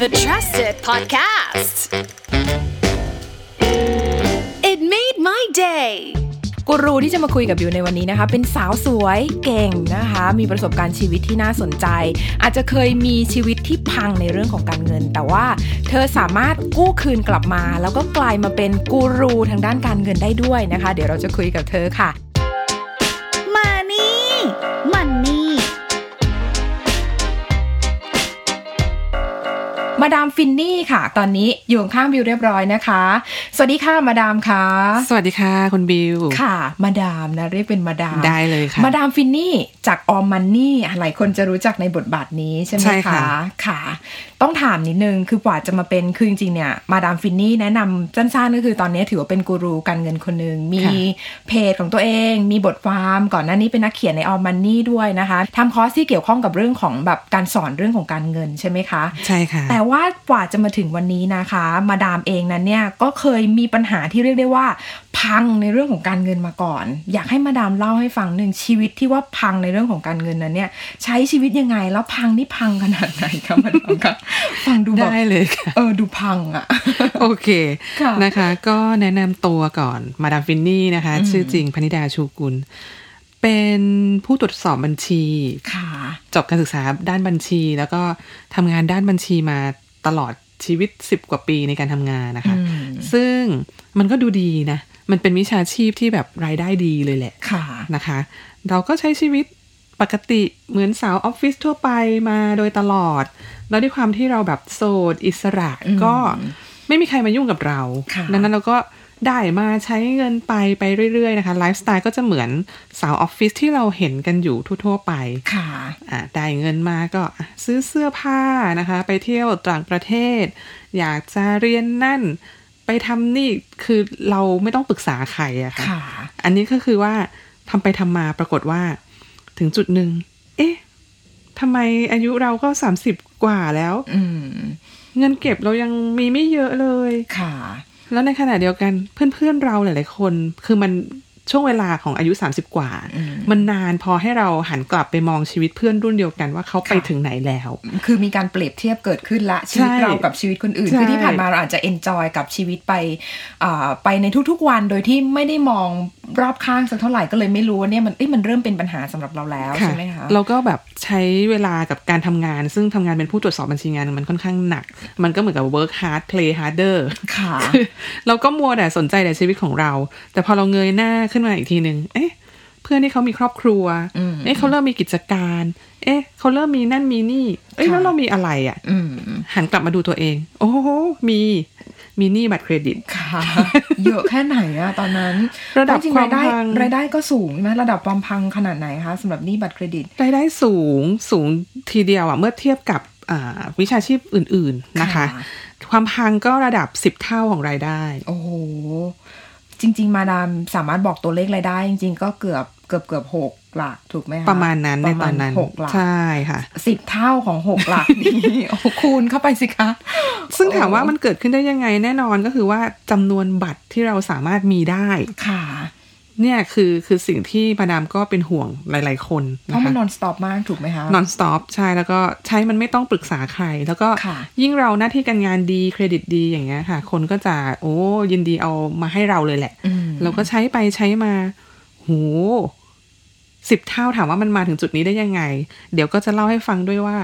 Fantastic podcast. It made my day. กูรูที่จะมาคุยกับบิวในวันนี้นะคะ เป็นสาวสวยเก่งนะคะ มีประสบการณ์ชีวิตที่น่าสนใจ อาจจะเคยมีชีวิตที่พังในเรื่องของการเงิน แต่ว่าเธอสามารถกู้คืนกลับมา แล้วก็กลายมาเป็นกูรูทางด้านการเงินได้ด้วยนะคะ เดี๋ยวเราจะคุยกับเธอค่ะ มานี่มันนี่ มาดามฟินนี่ค่ะ ตอนนี้อยู่ข้างๆบิวเรียบร้อยนะคะ สวัสดีค่ะมาดามค่ะ สวัสดีค่ะ คุณบิว ค่ะ มาดามนะเรียกเป็นมาดาม ได้เลยค่ะ มาดามฟินนี่จากออมมันนี่หลายคนจะรู้จักในบทบาทนี้ใช่ไหม ใช่ คะ ค่ะ ค่ะ ต้องถามนิดนึงคือกว่าจะมาเป็นคือจริงๆเนี่ยมาดามฟินนี่แนะนำสั้นๆก็คือตอนนี้ถือว่าเป็นกูรูการเงินคนหนึ่งมีเพจของตัวเอง มีบทความก่อนหน้านี้เป็นนักเขียนในออมมันนี่ด้วยนะคะทำคอร์สที่เกี่ยวข้องกับเรื่องของแบบการสอนเรื่องของการเงินใช่ไหมคะ ใช่ค่ะ แต่ว่ากว่าจะมาถึงวันนี้นะคะ มาดามเองนั้นเนี่ยก็เคยมีปัญหาที่เรียกได้ว่า พังในเรื่องของการเงินมาก่อน อยากให้มาดามเล่าให้ฟังหนึ่งชีวิตที่ว่าพังในเรื่องของการเงินนั้นเนี่ย ใช้ชีวิตยังไงแล้วพังนี่พังขนาดไหนคะมาดามคะ ฟังดูแบบ ได้เลยค่ะ เออดูพังอะ โอเค ค่ะ นะคะ ก็แนะนำตัวก่อนมาดามฟินนี่นะคะ อืม ชื่อจริงพนิดาชูกุล เป็นผู้ตรวจสอบบัญชี ค่ะ จบการศึกษาด้านบัญชี แล้วก็ทำงานด้านบัญชีมาตลอดชีวิต 10 กว่าปีในการทำงานนะคะ อืม ซึ่งมันก็ดูดีนะ มันเป็นวิชาชีพที่แบบรายได้ดีเลยแหละ ค่ะ นะคะเราก็ใช้ชีวิตปกติเหมือนสาวออฟฟิศทั่วไปมาโดยตลอด แล้วด้วยความที่เราแบบโสดอิสระ อืม ก็ไม่มีใครมายุ่งกับเรา ค่ะ ดังนั้นเราก็ได้มาใช้เงินไปไปเรื่อยๆนะคะไลฟ์สไตล์ก็จะเหมือนสาวออฟฟิศที่เราเห็นกันอยู่ทั่วๆไป ค่ะ อ่ะได้เงินมาก็อ่ะซื้อเสื้อผ้านะคะ ไปเที่ยวต่างประเทศ อยากจะเรียนนั่น ไปทำนี่คือเราไม่ต้องปรึกษาใครอะค่ะ ค่ะ อันนี้ก็คือว่าทำไปทำมาปรากฏว่า ถึงจุดหนึ่ง เอ๊ะทำไมอายุเราก็ 30 กว่าแล้ว อืม เงินเก็บเรายังมีไม่เยอะเลย ค่ะ แล้วในขณะเดียวกันเพื่อนๆเราหลายๆคน คือมันช่วงเวลาของอายุ 30 กว่า อืม มันนานพอให้เราหันกลับไปมองชีวิตเพื่อนรุ่นเดียวกันว่าเขาไป ค่ะ ถึงไหนแล้ว คือมีการเปรียบเทียบเกิดขึ้นละชีวิต ใช่ เรากับชีวิตคนอื่น ใช่ คือที่ผ่านมาเราอาจจะเอนจอยกับชีวิตไปอ่าไปในทุกๆวันโดยที่ไม่ได้มองรอบข้างสักเท่าไหร่ก็เลยไม่รู้ว่าเนี่ยมันเอ้ยมันเริ่มเป็นปัญหาสำหรับเราแล้วใช่ไหมคะ เราก็แบบใช้เวลากับการทำงาน ซึ่งทำงานเป็นผู้ตรวจสอบบัญชีงานมันค่อนข้างหนัก มันก็เหมือนกับ work hard play harder ค่ะ คือเราก็มัวแต่สนใจแต่ชีวิตของเรา แต่พอเราเงยหน้าขึ้นมาอีกทีหนึ่งเอ๊ะ เพื่อนที่เขามีครอบครัว อืม เอ๊ะเขาเริ่มมีกิจการ เอ๊ะเขาเริ่มมีนั่นมีนี่ เอ๊ะ ค่ะ แล้วเรามีอะไรอะ่ะ อืม หันกลับมาดูตัวเอง โอ้โห มีมีหนี้บัตรเครดิต ค่ะ เยอะแค่ไหนอะตอนนั้น ระดับ จริงๆควาาม ยรได้ พัง รายได้ก็สูงใช่ไหมระดับความพังขนาดไหนคะสำหรับหนี้บัตรเครดิต รายได้สูงสูงทีเดียวอะ่ะเมื่อเทียบกับอ่าวิชาชีพอื่นๆนะคะ ค่ะ ความพังก็ระดับ 10 เท่าของรายได้ โอ้โห จริง ๆ มาดามสามารถบอกตัวเลขรายได้ จริง ๆ ก็เกือบเกือบเกือบหกหลักถูกไหมคะ ประมาณนั้นใน ประมาตอ ณ นนั้น หกหลัก ใช่ค่ะ สิบเท่าของหกหลั กนี้ โอ้โหคูณเข้าไปสิคะ ซึ่ง โอ้ ถามว่ามันเกิดขึ้นได้ยังไงแน่นอนก็คือว่าจำนวนบัตรที่เราสามารถมีได้ ค่ะ เนี่ยคือคือสิ่งที่มาดามก็เป็นห่วงหลาย ๆ คน เพ นะ ราะมั คะ นนอนสต็อปมากถูกไหมคะ นอนสต็อปใช่แล้วก็ใช้มันไม่ต้องปรึกษาใคร แล้วก็ ค่ะ ยิ่งเราหน้าที่การงานดีเครดิตดีอย่างเงี้ยค่ะ คนก็จะโอ้ยินดีเอามาให้เราเลยแหละ อืม เราก็ใช้ไปใช้มาโหสิบเท่าถามว่ามันมาถึงจุดนี้ได้ยังไง เดี๋ยวก็จะเล่าให้ฟังด้วยว่า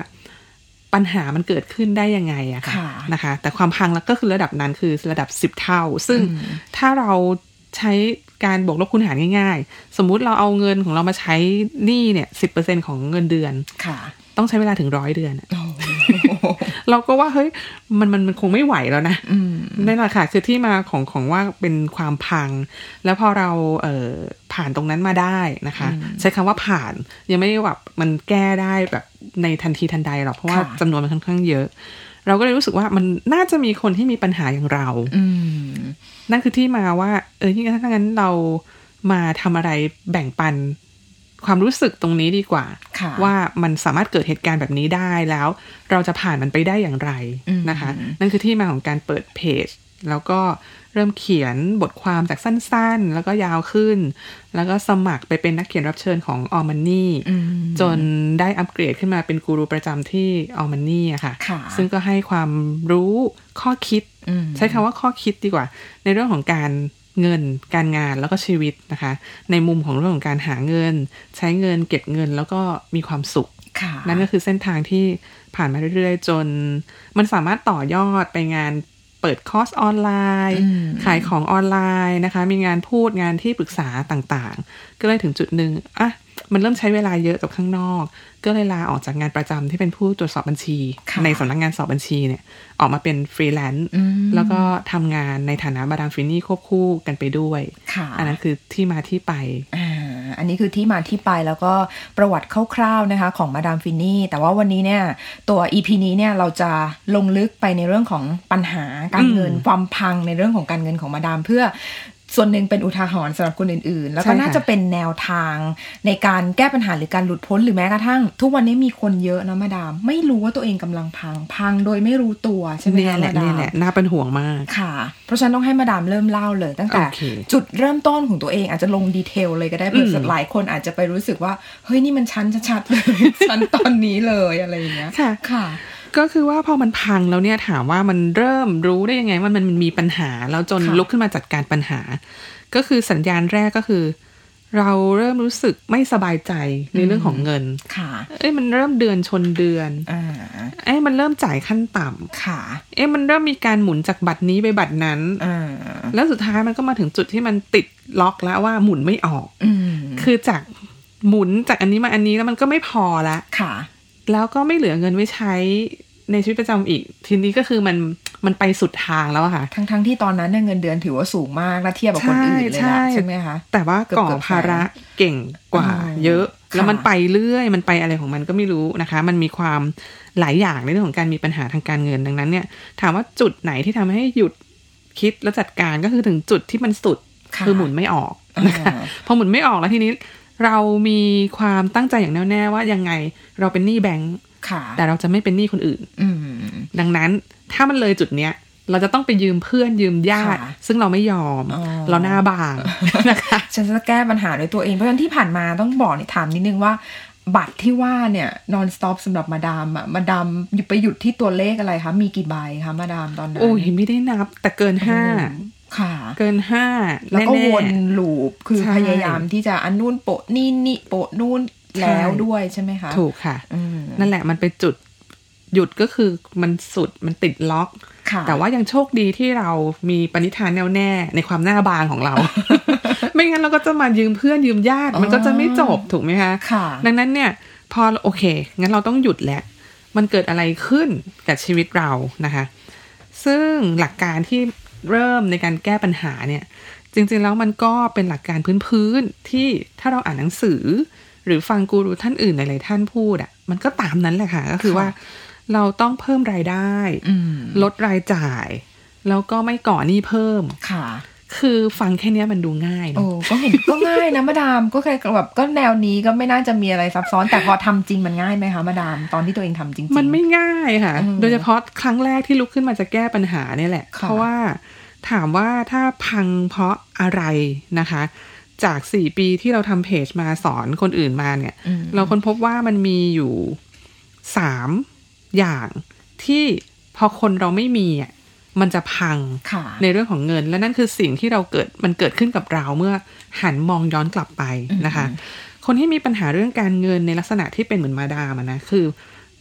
ปัญหามันเกิดขึ้นได้ยังไงอะค่ะ ค่ะ นะคะ แต่ความพังแล้วก็คือระดับนั้นคือระดับ 10 เท่า ซึ่ง อืม ถ้าเราใช้การบวกลบคูณหารง่ายๆ สมมุติเราเอาเงินของเรามาใช้หนี้เนี่ยสิของเงินเดือน ค่ะ ต้องใช้เวลาถึงร้อยเดือนอะ โอ้โห เราก็ว่าเฮ้ยมันมันมันคงไม่ไหวแล้วนะ อืม นั่นแหละค่ะคือที่มาของของว่าเป็นความพัง แล้วพอเราเอ่อผ่านตรงนั้นมาได้นะคะ อืม ใช้คำว่าผ่านยังไม่ได้แบบมันแก้ได้แบบในทันทีทันใดหรอกเพราะว่า ค่ะ จำนวนมันค่อนข้างเยอะ เราก็เลยรู้สึกว่ามันน่าจะมีคนที่มีปัญหาอย่างเรา อืม นั่นคือที่มาว่า เออยิ่งถ้างั้นเรามาทำอะไรแบ่งปันความรู้สึกตรงนี้ดีกว่า ค่ะ ว่ามันสามารถเกิดเหตุการณ์แบบนี้ได้แล้ว เราจะผ่านมันไปได้อย่างไร อืม นะคะ นั่นคือที่มาของการเปิดเพจ แล้วก็เริ่มเขียนบทความจากสั้นๆ แล้วก็ยาวขึ้น แล้วก็สมัครไปเป็นนักเขียนรับเชิญของออมันนี่ อืม จนได้อัปเกรดขึ้นมาเป็นกูรูประจำที่ออมันนี่อะค่ะ ค่ะ ซึ่งก็ให้ความรู้ข้อคิด อืม ใช้คำว่าข้อคิดดีกว่า ในเรื่องของการเงิน การงานแล้วก็ชีวิตนะคะ ในมุมของเรื่องของการหาเงิน ใช้เงินเก็บเงินแล้วก็มีความสุข ค่ะ นั่นก็คือเส้นทางที่ผ่านมาเรื่อยๆ จน มันสามารถต่อยอดไปงานเปิดคอร์สออนไลน์ อืม ขายของออนไลน์นะคะ มีงานพูดงานที่ปรึกษาต่างๆ ก็เลยถึงจุดหนึ่งอ่ะมันเริ่มใช้เวลาเยอะกับข้างนอก ก็เลยลาออกจากงานประจำที่เป็นผู้ตรวจสอบบัญชี ค่ะ ในสำนักงานสอบบัญชีเนี่ย ออกมาเป็นฟรีแลนซ์ อืม แล้วก็ทำงานในฐานะมาดามฟินนี่ควบคู่กันไปด้วย ค่ะ อันนั้นคือที่มาที่ไป อ่าอันนี้คือที่มาที่ไปแล้วก็ประวัติคร่าวๆนะคะ ของมาดามฟินนี่แต่ว่าวันนี้เนี่ย ตัว EP นี้เนี่ยเราจะลงลึกไปในเรื่องของปัญหาการเงิน อืม ความพังในเรื่องของการเงินของมาดามเพื่อส่วนหนึ่งเป็นอุทาหรณ์สำหรับคนอื่นๆ แล้วก็ ใช่ค่ะ น่าจะเป็นแนวทางในการแก้ปัญหาหรือการหลุดพ้นหรือแม้กระทั่ง ทุกวันนี้มีคนเยอะนะมาดาม ไม่รู้ว่าตัวเองกำลังพัง พังโดยไม่รู้ตัวใช่ไหม เนี่ย คะ แหละ มาดาม เนี่ยแหละน่าเป็นห่วงมาก ค่ะ เพราะฉะนั้นต้องให้มาดามเริ่มเล่าเลย ตั้งแต่ โอเค จุดเริ่มต้นของตัวเองอาจจะลงดีเทลเลยก็ได้เผื่อ อืม หลายคนอาจจะไปรู้สึกว่า เฮ้ย นี่มันชั้นชัดๆเลย ชั้นตอนนี้เลยอะไรอย่างเงี้ย ค่ะ ค่ะ ก็คือว่าพอมันพังแล้วเนี่ยถามว่ามันเริ่มรู้ได้ยังไงว่ามันมันมีปัญหาแล้วจน ค่ะ ลุกขึ้นมาจัดการปัญหา ก็คือสัญญาณแรกก็คือ เราเริ่มรู้สึกไม่สบายใจในเรื่องของเงิน ค่ะ เอ้ยมันเริ่มเดือนชนเดือน อ่า เอ้ยมันเริ่มจ่ายขั้นต่ำ ค่ะ เอ้ยมันเริ่มมีการหมุนจากบัตรนี้ไปบัตรนั้น อ่า แล้วสุดท้ายมันก็มาถึงจุดที่มันติดล็อกแล้วว่าหมุนไม่ออก อืม คือจากหมุนจากอันนี้มาอันนี้แล้วมันก็ไม่พอละ ค่ะ แล้วก็ไม่เหลือเงินไว้ใช้ในชีวิตประจำอีก ทีนี้ก็คือมันมันไปสุดทางแล้วอะค่ะ ทั้งๆที่ตอนนั้นเนี่ยเงินเดือนถือว่าสูงมากและเทียบกับคนอื่นเลย ใช่ นะ ใช่ ใช่ไหมคะ แต่ว่าก่อ เกือบๆ ภาระเก่งกว่า อ๋อ เยอะ ค่ะ แล้วมันไปเรื่อย มันไปอะไรของมันก็ไม่รู้นะคะ มันมีความหลายอย่างในเรื่องของการมีปัญหาทางการเงินดังนั้นเนี่ย ถามว่าจุดไหนที่ทำให้หยุดคิดและจัดการก็คือถึงจุดที่มันสุด ค่ะ คือหมุนไม่ออกนะคะ อ่า พอหมุนไม่ออกแล้วทีนี้ เรามีความตั้งใจอย่างแน่วแน่ว่ายังไงเราเป็นหนี้แบงก์ ค่ะ แต่เราจะไม่เป็นหนี้คนอื่น อืม ดังนั้นถ้ามันเลยจุดเนี้ย เราจะต้องไปยืมเพื่อนยืมญาติ ค่ะ ซึ่งเราไม่ยอม อ๋อ เราหน้า บางนะคะ ฉันจะแก้ปัญหาด้วยตัวเอง เพราะฉะนั้นที่ผ่านมาต้องบอกเนี่ยถามนิดนึงว่า บัตรที่ว่าเนี่ยนอนสต็อปสำหรับมาดามอะมาดามอยู่ไปหยุดที่ตัวเลขอะไรคะมีกี่ใบคะมาดามตอนนั้น โอ้ยไม่ได้นับ แต่เกินห้า ค่ะ เกินห้า แล้วก็ น่ ว ๆ นลูปคือ ใช่ พยายามที่จะอันนู่นโปะนี่นี่โปะนู่น ใช่ แล้วด้วยใช่ไหมคะ ถูกค่ะ อืม นั่นแหละมันไปจุดหยุดก็คือมันสุดมันติดล็อก ค่ะ แต่ว่ายังโชคดีที่เรามีปณิธานแน่วแน่ในความหน้าบางของเรา ไม่งั้นเราก็จะมายืมเพื่อนยืมญาติ มันก็จะไม่จบถูกไหมคะ ค่ะ ดังนั้นเนี่ยพอโอเค งั้นเราต้องหยุดแหละมันเกิดอะไรขึ้นกับชีวิตเรานะคะ ซึ่งหลักการที่เริ่มในการแก้ปัญหาเนี่ย จริงๆแล้วมันก็เป็นหลักการพื้นๆที่ถ้าเราอ่านหนังสือ หรือฟังกูรูท่านอื่นหลายๆท่านพูดอะ่ะมันก็ตามนั้นแหละค่ะ ก็คือว่าเราต้องเพิ่มรายได้ อืม ลดรายจ่าย แล้วก็ไม่ก่อหนี้เพิ่ม ค่ะ คือฟังแค่เนี้ยมันดูง่ายเน โอ้ อะ ก็เห็นก็ง่ายนะมาดามก็แค่แบบก็แนวนี้ก็ไม่น่าจะมีอะไรซับซ้อนแต่พอทำจริงมันง่ายไหมคะมาดามตอนที่ตัวเองทำจริงๆ มันไม่ง่ายค่ะ อืม โดยเฉพาะครั้งแรกที่ลุกขึ้นมาจะแก้ปัญหาเนี่ยแหละ ค่ะ เพราะว่าถามว่าถ้าพังเพราะอะไรนะคะ จาก 4 ปีที่เราทำเพจมาสอนคนอื่นมาเนี่ย อืม เราค้นพบว่ามันมีอยู่ 3 อย่างที่พอคนเราไม่มีอ่ะมันจะพัง ค่ะ ในเรื่องของเงิน และนั่นคือสิ่งที่เราเกิดมันเกิดขึ้นกับเราเมื่อหันมองย้อนกลับไปนะคะ อืม คนที่มีปัญหาเรื่องการเงินในลักษณะที่เป็นเหมือนมาดามอะนะคือ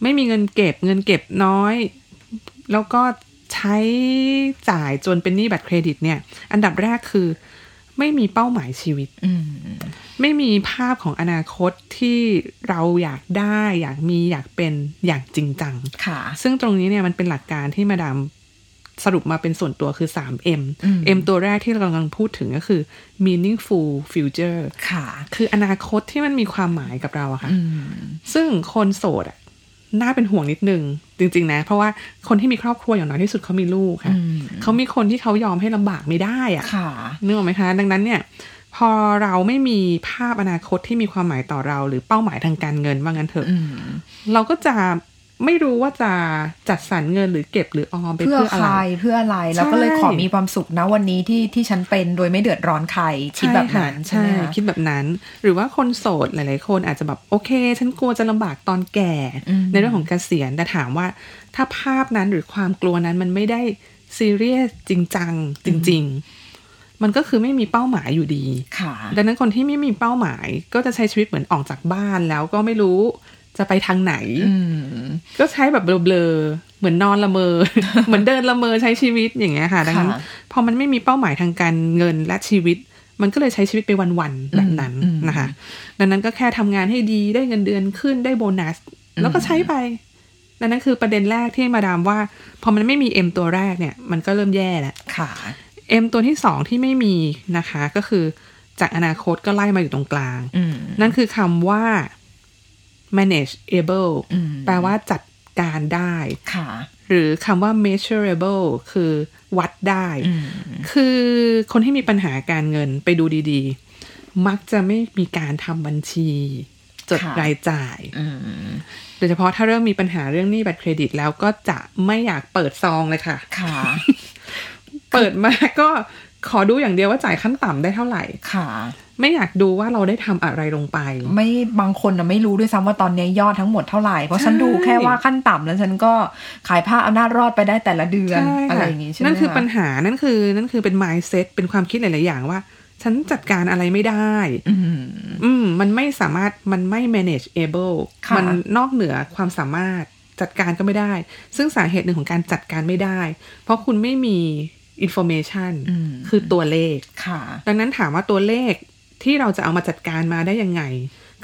ไม่มีเงินเก็บเงินเก็บน้อย แล้วก็ใช้จ่ายจนเป็นหนี้บัตรเครดิตเนี่ย อันดับแรกคือ ไม่มีเป้าหมายชีวิต อืม ไม่มีภาพของอนาคตที่เราอยากได้ อยากมีอยากเป็นอย่างจริงจัง ค่ะ ซึ่งตรงนี้เนี่ยมันเป็นหลักการที่มาดามสรุปมาเป็นส่วนตัวคือ 3M อืม M ตัวแรกที่เรากำลังพูดถึงก็คือ meaningful future ค่ะ คืออนาคตที่มันมีความหมายกับเราอะค่ะ อืม ซึ่งคนโสดอะน่าเป็นห่วงนิดนึง จริง ๆ นะ เพราะว่าคนที่มีครอบครัวอย่างน้อยที่สุดเขามีลูกค่ะ อืม เขามีคนที่เขายอมให้ลำบากไม่ได้อะ ค่ะ นึกออกไหมคะ ดังนั้นเนี่ย พอเราไม่มีภาพอนาคตที่มีความหมายต่อเรา หรือเป้าหมายทางการเงินว่างั้นเถอะ อืม เราก็จะ ไม่รู้ว่าจะจัดสรรเงินหรือเก็บหรือออมไป เพื่อ เพื่ออะ ใค ไร รเพื่ออะไร ใช่ แล้วก็เลยขอมีความสุขนะวันนี้ที่ที่ฉันเป็นโดยไม่เดือดร้อนใครคิดแบบนั้นใช่ ใช่ ไหม ค่ะ คะ คิดแบบนั้น หรือว่าคนโสดหลายๆ คนอาจจะแบบโอเค ฉันกลัวจะลำบากตอนแก่ ในเรื่องของเกษียณแต่ถามว่า ถ้าภาพนั้นหรือความกลัวนั้นมันไม่ได้ซีเรียสจริงจังจริง ๆ มันก็คือไม่มีเป้าหมายอยู่ดี ค่ะ ดังนั้นคนที่ไม่มีเป้าหมายก็จะใช้ชีวิตเหมือนออกจากบ้านแล้วก็ไม่รู้จะไปทางไหน อืม ก็ใช้แบบเบลอๆเหมือนนอนละเมอ เหมือนเดินละเมอใช้ชีวิตอย่างเงี้ยค่ะ ดังนั้น ค่ะ พอมันไม่มีเป้าหมายทางการเงินและชีวิต มันก็เลยใช้ชีวิตไปวันๆแบบนั้นนะคะ ดังนั้นก็แค่ทำงานให้ดีได้เงินเดือนขึ้นได้โบนัส แล้วก็ใช้ไป ดังนั้นคือประเด็นแรกที่มาดามว่า พอมันไม่มีเอ็มตัวแรกเนี่ย มันก็เริ่มแย่แล้ว ค่ะ เอ็มตัวที่สองที่ไม่มีนะคะก็คือจากอนาคตก็ไล่มาอยู่ตรงกลาง อืม นั่นคือคำว่า manageable อืม แปลว่าจัดการได้ ค่ะ หรือคำว่า measurable คือวัดได้ อืม คือคนที่มีปัญหาการเงินไปดูดีๆ มักจะไม่มีการทำบัญชี จด ค่ะ รายจ่าย อืม โดยเฉพาะถ้าเริ่มมีปัญหาเรื่องหนี้บัตรเครดิตแล้วก็จะไม่อยากเปิดซองเลยค่ะ ค่ะ เปิดมาก็ขอดูอย่างเดียวว่าจ่ายขั้นต่ำได้เท่าไหร่ ค่ะ ไม่อยากดูว่าเราได้ทำอะไรลงไป ไม่บางคนนะไม่รู้ด้วยซ้ำว่าตอนนี้ยอดทั้งหมดเท่าไหร่ เพราะฉันดูแค่ว่าขั้นต่ำแล้วฉันก็ขายผ้าอำนาจรอดไปได้แต่ละเดือน ใช่ค่ะ อะไรอย่างงี้ใช่ไหม นั่นคือ คะ ปัญหา นั่นคือ นั่นคือเป็น mindset เป็นความคิดหลาย ๆ อย่างว่า ฉันจัดการอะไรไม่ได้ อืม อืม มันไม่สามารถ มันไม่ manage able ค่ะ มันอกเหนือความสามารถจัดการก็ไม่ได้ ซึ่งสาเหตุหนึ่งของการจัดการไม่ได้ เพราะคุณไม่มี information อืม คือตัวเลข ค่ะ ดังนั้นถามว่าตัวเลขที่เราจะเอามาจัดการมาได้ยังไง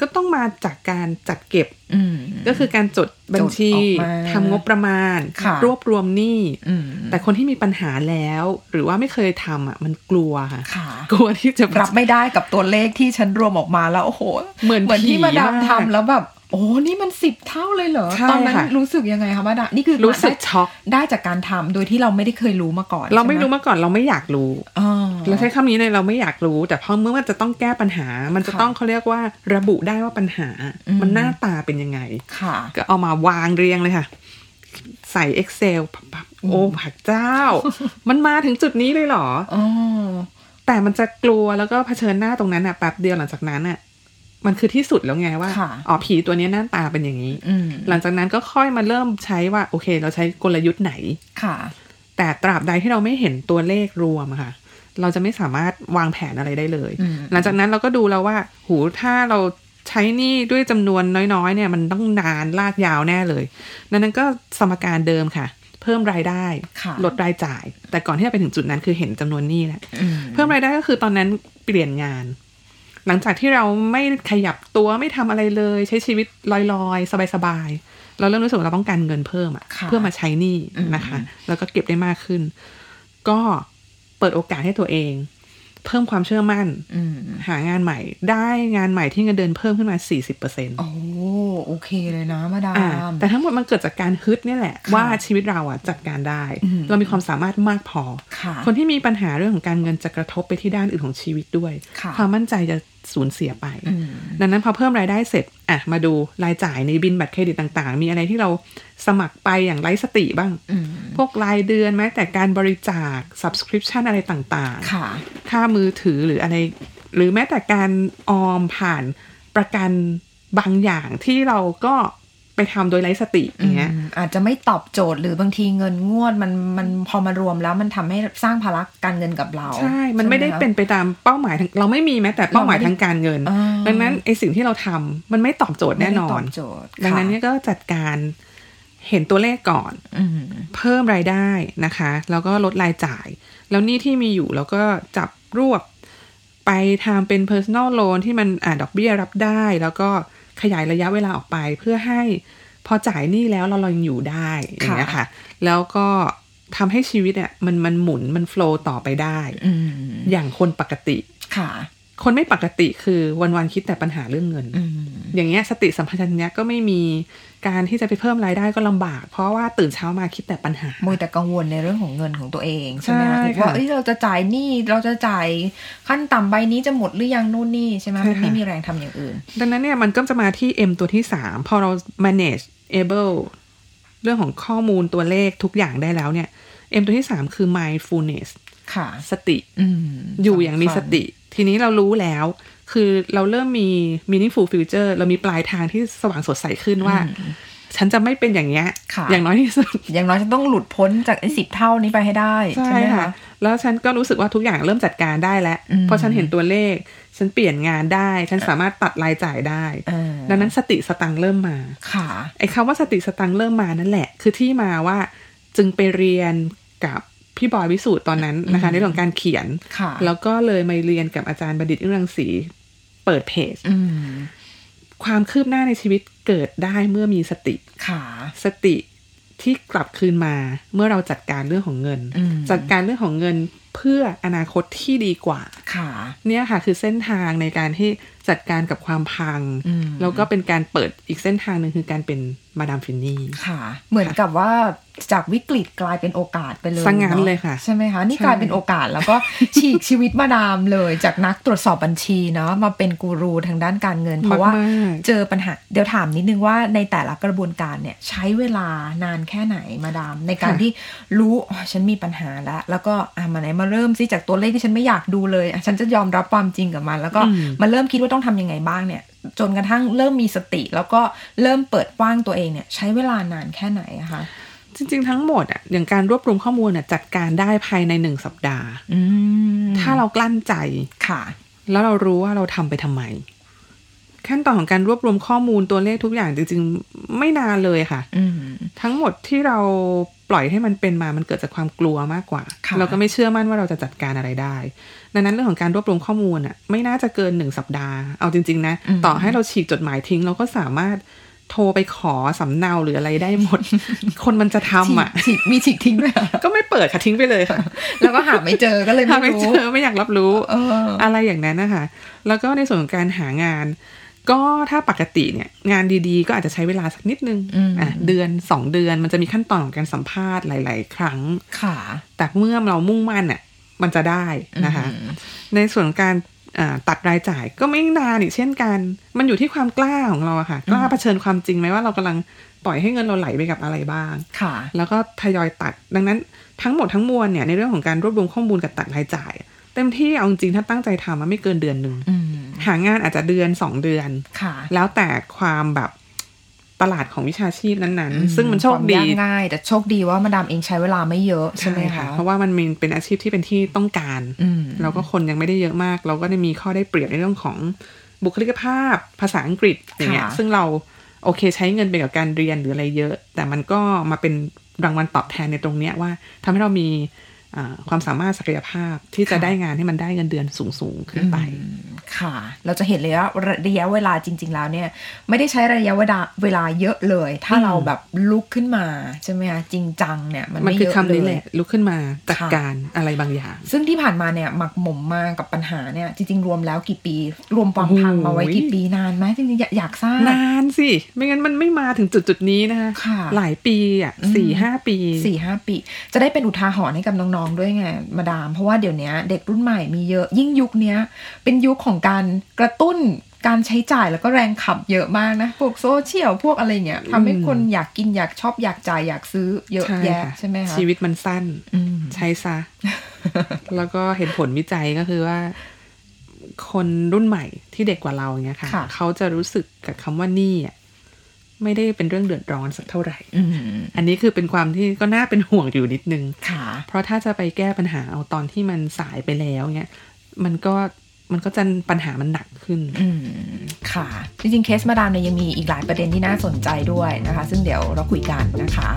ก็ต้องมาจากการจัดเก็บ อืม ก็คือการจดบัญชี จดออกมา ทำงบประมาณ ค่ะ รวบรวมหนี้ อืม แต่คนที่มีปัญหาแล้ว หรือว่าไม่เคยทำอ่ะ มันกลัวค่ะ ค่ะ กลัวที่จะ รับไม่ได้กับตัวเลขที่ฉันรวมออกมาแล้ว โอ้โห เหมือน ที่ ผี มาดาม มาก ทำแล้วแบบ โอ้นี่มันสิบเท่าเลยเหรอ ใช่ ตอนนั้น ค่ะ รู้สึกยังไงคะมาดามนี่คือ รู้สึกช็อก ได้จากการทำโดยที่เราไม่ได้เคยรู้มาก่อน เราไม่รู้ ใช่ห มาก่อนเราไม่อยากรู้ อ๋อ เราใช้คำนี้เลยเราไม่อยากรู้ แต่พอเมื่อมันจะต้องแก้ปัญหา มันจะ ค่ะ ต้องเขาเรียกว่าระบุได้ว่าปัญหา อืม มันหน้าตาเป็นยังไง ค่ะ ก็เอามาวางเรียงเลยค่ะ ใส่ Excel ปับปับโอ้ผักเจ้า มันมาถึงจุดนี้เลยเหรอ อ๋อ แต่มันจะกลัวแล้วก็เผชิญหน้าตรงนั้นอ่ะแป๊บเดียวหลังจากนั้นอ่ะ มันคือที่สุดแล้วไงว่า ค่ะ อ๋อผีตัวเนี้ยหน้าตาเป็นอย่างนี้ อืม หลังจากนั้นก็ค่อยมาเริ่มใช้ว่าโอเค เราใช้กลยุทธ์ไหน ค่ะ แต่ตราบใดที่เราไม่เห็นตัวเลขรวมอะค่ะ เราจะไม่สามารถวางแผนอะไรได้เลย อืม หลังจากนั้นเราก็ดูแล้วว่า หูถ้าเราใช้หนี่ด้วยจำนวนน้อยๆ เนี่ย มันต้องนานลากยาวแน่เลยดังนั้นก็สมการเดิมค่ะ เพิ่มรายได้ ค่ะ ลดรายจ่าย แต่ก่อนที่จะไปถึงจุดนั้นคือเห็นจำนวนหนี้แหละ อืม เพิ่มรายได้ก็คือตอนนั้นเปลี่ยนงาน หลังจากที่เราไม่ขยับตัวไม่ทำอะไรเลย ใช้ชีวิตลอยๆ สบายๆ เราเริ่มรู้สึกว่าเราต้องการเงินเพิ่มอะ ค่ะ เพื่อมาใช้หนี้นะคะ แล้วก็เก็บได้มากขึ้น ก็เปิดโอกาสให้ตัวเอง เพิ่มความเชื่อมั่น อืม หางานใหม่ ได้งานใหม่ที่เงินเดือนเพิ่มขึ้นมา 40%อ โอ้โอเคเลยนะมาดา ่าม แต่ทั้งหมดมันเกิดจากการฮึดเนี่ยแหละ ค่ะ ว่าชีวิตเราอะจัดการได้ อืม เรามีความสามารถมากพอ ค่ะ คนที่มีปัญหาเรื่องของการเงินจะกระทบไปที่ด้านอื่นของชีวิตด้วย ค่ะ ความมั่นใจจะสูญเสียไป อืม ดังนั้นพอเพิ่มรายได้เสร็จ อ่ะ มาดูรายจ่ายในบินบัตรเครดิตต่างๆ มีอะไรที่เราสมัครไปอย่างไร้สติบ้าง อืม พวกรายเดือนแม้แต่การบริจาค subscription อะไรต่าง ค่ะ ๆ ค่ามือถือหรืออะไร หรือแม้แต่การออมผ่านประกันบางอย่างที่เราก็ไปทำโดยไร้สติอย่างเงี้ย อืมอาจจะไม่ตอบโจทย์หรือบางทีเงินงวดมันมันพอมารวมแล้วมันทำให้สร้างภาระการเงินกับเรา ใช่ มันไม่ได้ ใช่หคะ เป็นไปตามเป้าหมายทางเราไม่มีแม้แต่เป้าหมายทางการเงิน อ่า ดังนั้นไอสิ่งที่เราทำมันไม่ตอบโจทย์ ไม่ แน่ ได้ นอ ต น บโจทย์ ดังนั้น ค่ะ เนี่ยก็จัดการเห็นตัวเลขก่อน อืม เพิ่มรายได้นะคะ แล้วก็ลดรายจ่าย แล้วหนี่ที่มีอยู่แล้วก็จับรวบไปทำเป็น personal loan ที่มันอ่าดอกเบี้ยรับได้ แล้วก็ขยายระยะเวลาออกไป เพื่อให้พอจ่ายหนี้แล้วเราเรายังอยู่ได้อย่างเงี้ยค่ะ แล้วก็ทำให้ชีวิตเนี่ยมันมันหมุนมันโฟล์ต่อไปได้ อืม อย่างคนปกติ ค่ะ คนไม่ปกติคือวันๆคิดแต่ปัญหาเรื่องเงิน อืม อย่างเงี้ยสติสัมปชัญญะก็ไม่มีการที่จะไปเพิ่มรายได้ก็ลำบาก เพราะว่าตื่นเช้ามาคิดแต่ปัญหา มัวแต่กังวลในเรื่องของเงินของตัวเองใช่ไหมคะ ใช่ค่ะ ว่าเอ้ยเราจะจ่ายหนี้เราจะจ่ายขั้นต่ำใบนี้จะหมดหรือยังนู่นนี่ใช่ไหม ใช่ มัน ค่ะ ไม่มีแรงทำอย่างอื่น ดังนั้นเนี่ยมันก็จะมาที่ M ตัวที่ 3 พอเรา manage able เรื่องของข้อมูลตัวเลขทุกอย่างได้แล้วเนี่ย M ตัวที่ 3 คือ mindfulness ค่ะ สติ อืม อยู่อย่างมี ำ ส คัญ ติ ทีนี้เรารู้แล้ว คือเราเริ่มมี meaningful future เรามีปลายทางที่สว่างสดใสขึ้นว่า อืม ฉันจะไม่เป็นอย่างเงี้ย ค่ะ อย่างน้อยที่สุด อย่างน้อยฉันต้องหลุดพ้นจากไอ้สิบเท่านี้ไปให้ได้ ใช่ ใช่ ไหม ค่ะ คะ แล้วฉันก็รู้สึกว่าทุกอย่างเริ่มจัดการได้แล้ว อืม เพราะฉันเห็นตัวเลข ฉันเปลี่ยนงานได้ ฉันสามารถตัดรายจ่ายได้ เออ ดังนั้นสติสตังค์เริ่มมา ค่ะ ไอ้คำว่าสติสตังค์เริ่มมานั่นแหละ คือที่มาว่าจึงไปเรียนกับพี่บอยวิสูตรตอนนั้นนะคะ อืม ในเรื่องของการเขียน ค่ะ แล้วก็เลยมาเรียนกับอาจารย์บัณฑิตเอื้องรังสีเปิดเพจ อืม ความคืบหน้าในชีวิตเกิดได้เมื่อมีสติ ค่ะ สติที่กลับคืนมาเมื่อเราจัดการเรื่องของเงิน อืม จัดการเรื่องของเงินเพื่ออนาคตที่ดีกว่า ค่ะ เนี่ยค่ะคือเส้นทางในการที่จัดการกับความพัง อืม แล้วก็เป็นการเปิดอีกเส้นทางหนึ่งคือการเป็นมาดามฟินนี่ ค่ะ เหมือนกับว่าจากวิกฤตกลายเป็นโอกาสไปเลย ซะงั้น นอะ เลยค่ะ ใช่ไหมคะ นี่ ใช่ กลายเป็นโอกาสแล้วก็ ฉีกชีวิตมาดามเลย จากนักตรวจสอบบัญชีเนาะมาเป็นกูรูทางด้านการเงิน เพราะว่าม าก เจอปัญหา เดี๋ยวถามนิดนึงว่าในแต่ละกระบวนการเนี่ย ใช้เวลานานแค่ไหนมาดาม ในการที่รู้อ๋อฉันมีปัญหาแล้ว แล้วก็อ่ะมาไหนมาเริ่มซิจากตัวเลขที่ฉันไม่อยากดูเลยอ่ะฉันจะยอมรับความจริงกับมัน แล้วก็มาเริ่มคิดว่าต้องทำยังไงบ้างเนี่ย จนกระทั่งเริ่มมีสติ แล้วก็เริ่มเปิดกว้างตัวเองเนี่ย ใช้เวลานานแค่ไหนอะคะ จริงๆทั้งหมดอ่ะอย่างการรวบรวมข้อมูลอ่ะจัดการได้ภายในหนึ่งสัปดาห์ อืม ถ้าเรากลั้นใจ ค่ะ แล้วเรารู้ว่าเราทำไปทำไม ขั้นตอนของการรวบรวมข้อมูลตัวเลขทุกอย่างจริงๆ ไม่นานเลยค่ะ อืม ทั้งหมดที่เราปล่อยให้มันเป็นมามันเกิดจากความกลัวมากกว่า ค่ะ เราก็ไม่เชื่อมั่นว่าเราจะจัดการอะไรได้ ดังนั้นเรื่องของการรวบรวมข้อมูลอ่ะไม่น่าจะเกินหนึ่งสัปดาห์เอาจริง ๆ นะ ต่อให้เราฉีกจดหมายทิ้ง เราก็สามารถโทรไปขอสำเนาหรืออะไรได้หมด คนมันจะทำอ่ะ ฉีกฉีกมีฉีกทิ้งด้วยเหรอ ก็ไม่เปิดค่ะทิ้งไปเลยค่ะ แล้วก็หาไม่เจอก็เลย ถ้า ไม่ ไม่ รู้ เจอไม่อยากรับรู้ เออ อะไรอย่างนั้นนะคะ แล้วก็ในส่วนของการหางาน ก็ถ้าปกติเนี่ยงานดีๆ ก็อาจจะใช้เวลาสักนิดนึงอ่ะเดือน 2 เดือนมันจะมีขั้นตอนของการสัมภาษณ์หลาย ๆ ครั้ง ค่ะ แต่เมื่อเรามุ่งมั่นอ่ะมันจะได้นะคะ ในส่วนของการอ่าตัดรายจ่ายก็ไม่นานอีกเช่นกัน มันอยู่ที่ความกล้าของเราอะค่ะ กล้าเผชิญความจริงไหมว่าเรากำลังปล่อยให้เงินเราไหลไปกับอะไรบ้าง ค่ะ แล้วก็ทยอยตัด ดังนั้นทั้งหมดทั้งมวลเนี่ยในเรื่องของการรวบรวมข้อมูลกับตัดรายจ่าย เต็มที่เอาจริงๆถ้าตั้งใจทำมันไม่เกินเดือนหนึ่ง อืม หางานอาจจะเดือนสองเดือน ค่ะ แล้วแต่ความแบบตลาดของวิชาชีพนั้นๆ ซึ่งมันโชคดี วามยากง่าย แต่โชคดีว่ามาดามเองใช้เวลาไม่เยอะใช่ไหมคะ เพราะว่ามันมีเป็นอาชีพที่เป็นที่ต้องการ อืม แล้วก็คนยังไม่ได้เยอะมาก เราก็ได้มีข้อได้เปรียบในเรื่องของบุคลิกภาพ ภาษาอังกฤษอย่างเงี้ย ค่ะ ซึ่งเราโอเคใช้เงินไปกับการเรียนหรืออะไรเยอะ แต่มันก็มาเป็นรางวัลตอบแทนในตรงเนี้ยว่าทำให้เรามีอ่าความสามารถศักยภาพที่จะได้งานให้มันได้เงินเดือนสูงสูงๆขึ้นไป ค่ะ เราจะเห็นเลยว่าระยะเวลาจริง ๆ แล้วเนี่ย ไม่ได้ใช้ระยะเวลาเวลาเยอะเลย ถ้าเราแบบลุกขึ้นมาใช่ไหมคะจริงจังเนี่ย มัน มัน ไม่ คื เย อ อะ คำนี้ เล แห ย ละลุกขึ้นมาจัด ค่ะ การอะไรบางอย่าง ซึ่งที่ผ่านมาเนี่ยหมักหมมมากับปัญหาเนี่ย จริง ๆ รวมแล้วกี่ปี รวมความพังมาไว้กี่ปีนานไหมจริงๆอยากอยากทราบ นานสิ ไม่งั้นมันไม่มาถึงจุดจุดๆนี้นะคะ ค่ะ หลายปีอ่ะสี่ห้าปี สี่ห้าปี จะได้เป็นอุทาหรณ์ให้กับน้องๆด้วยไงมาดาม เพราะว่าเดี๋ยวนี้เด็กรุ่นใหม่มีเยอะยิ่งยุคเนี้ย เป็นยุคของการกระตุ้นการใช้จ่ายแล้วก็แรงขับเยอะมากนะ พวกโซเชียลพวกอะไรเงี้ยทำให้คนอยากกินอยากชอบอยากจ่ายอยากซื้อเยอะแยะ ค่ะ ใช่ไหมคะ ชีวิตมันสั้น อืม ใช้ซะ แล้วก็เห็นผลวิจัยก็คือว่า คนรุ่นใหม่ที่เด็กกว่าเราอย่างเงี้ยค่ะ ค่ะ เขาจะรู้สึกกับคำว่าหนี่อ่ะไม่ได้เป็นเรื่องเดือดร้อนสักเท่าไหร่ อืม อันนี้คือเป็นความที่ก็น่าเป็นห่วงอยู่นิดนึง ค่ะ เพราะถ้าจะไปแก้ปัญหาเอาตอนที่มันสายไปแล้วเงี้ย มันก็มันก็จะปัญหามันหนักขึ้น อืมค่ะ จริงๆเคสมาดามเนี่ยยังมีอีกหลายประเด็นที่น่าสนใจด้วยนะคะ ซึ่งเดี๋ยวเราคุยกันนะคะ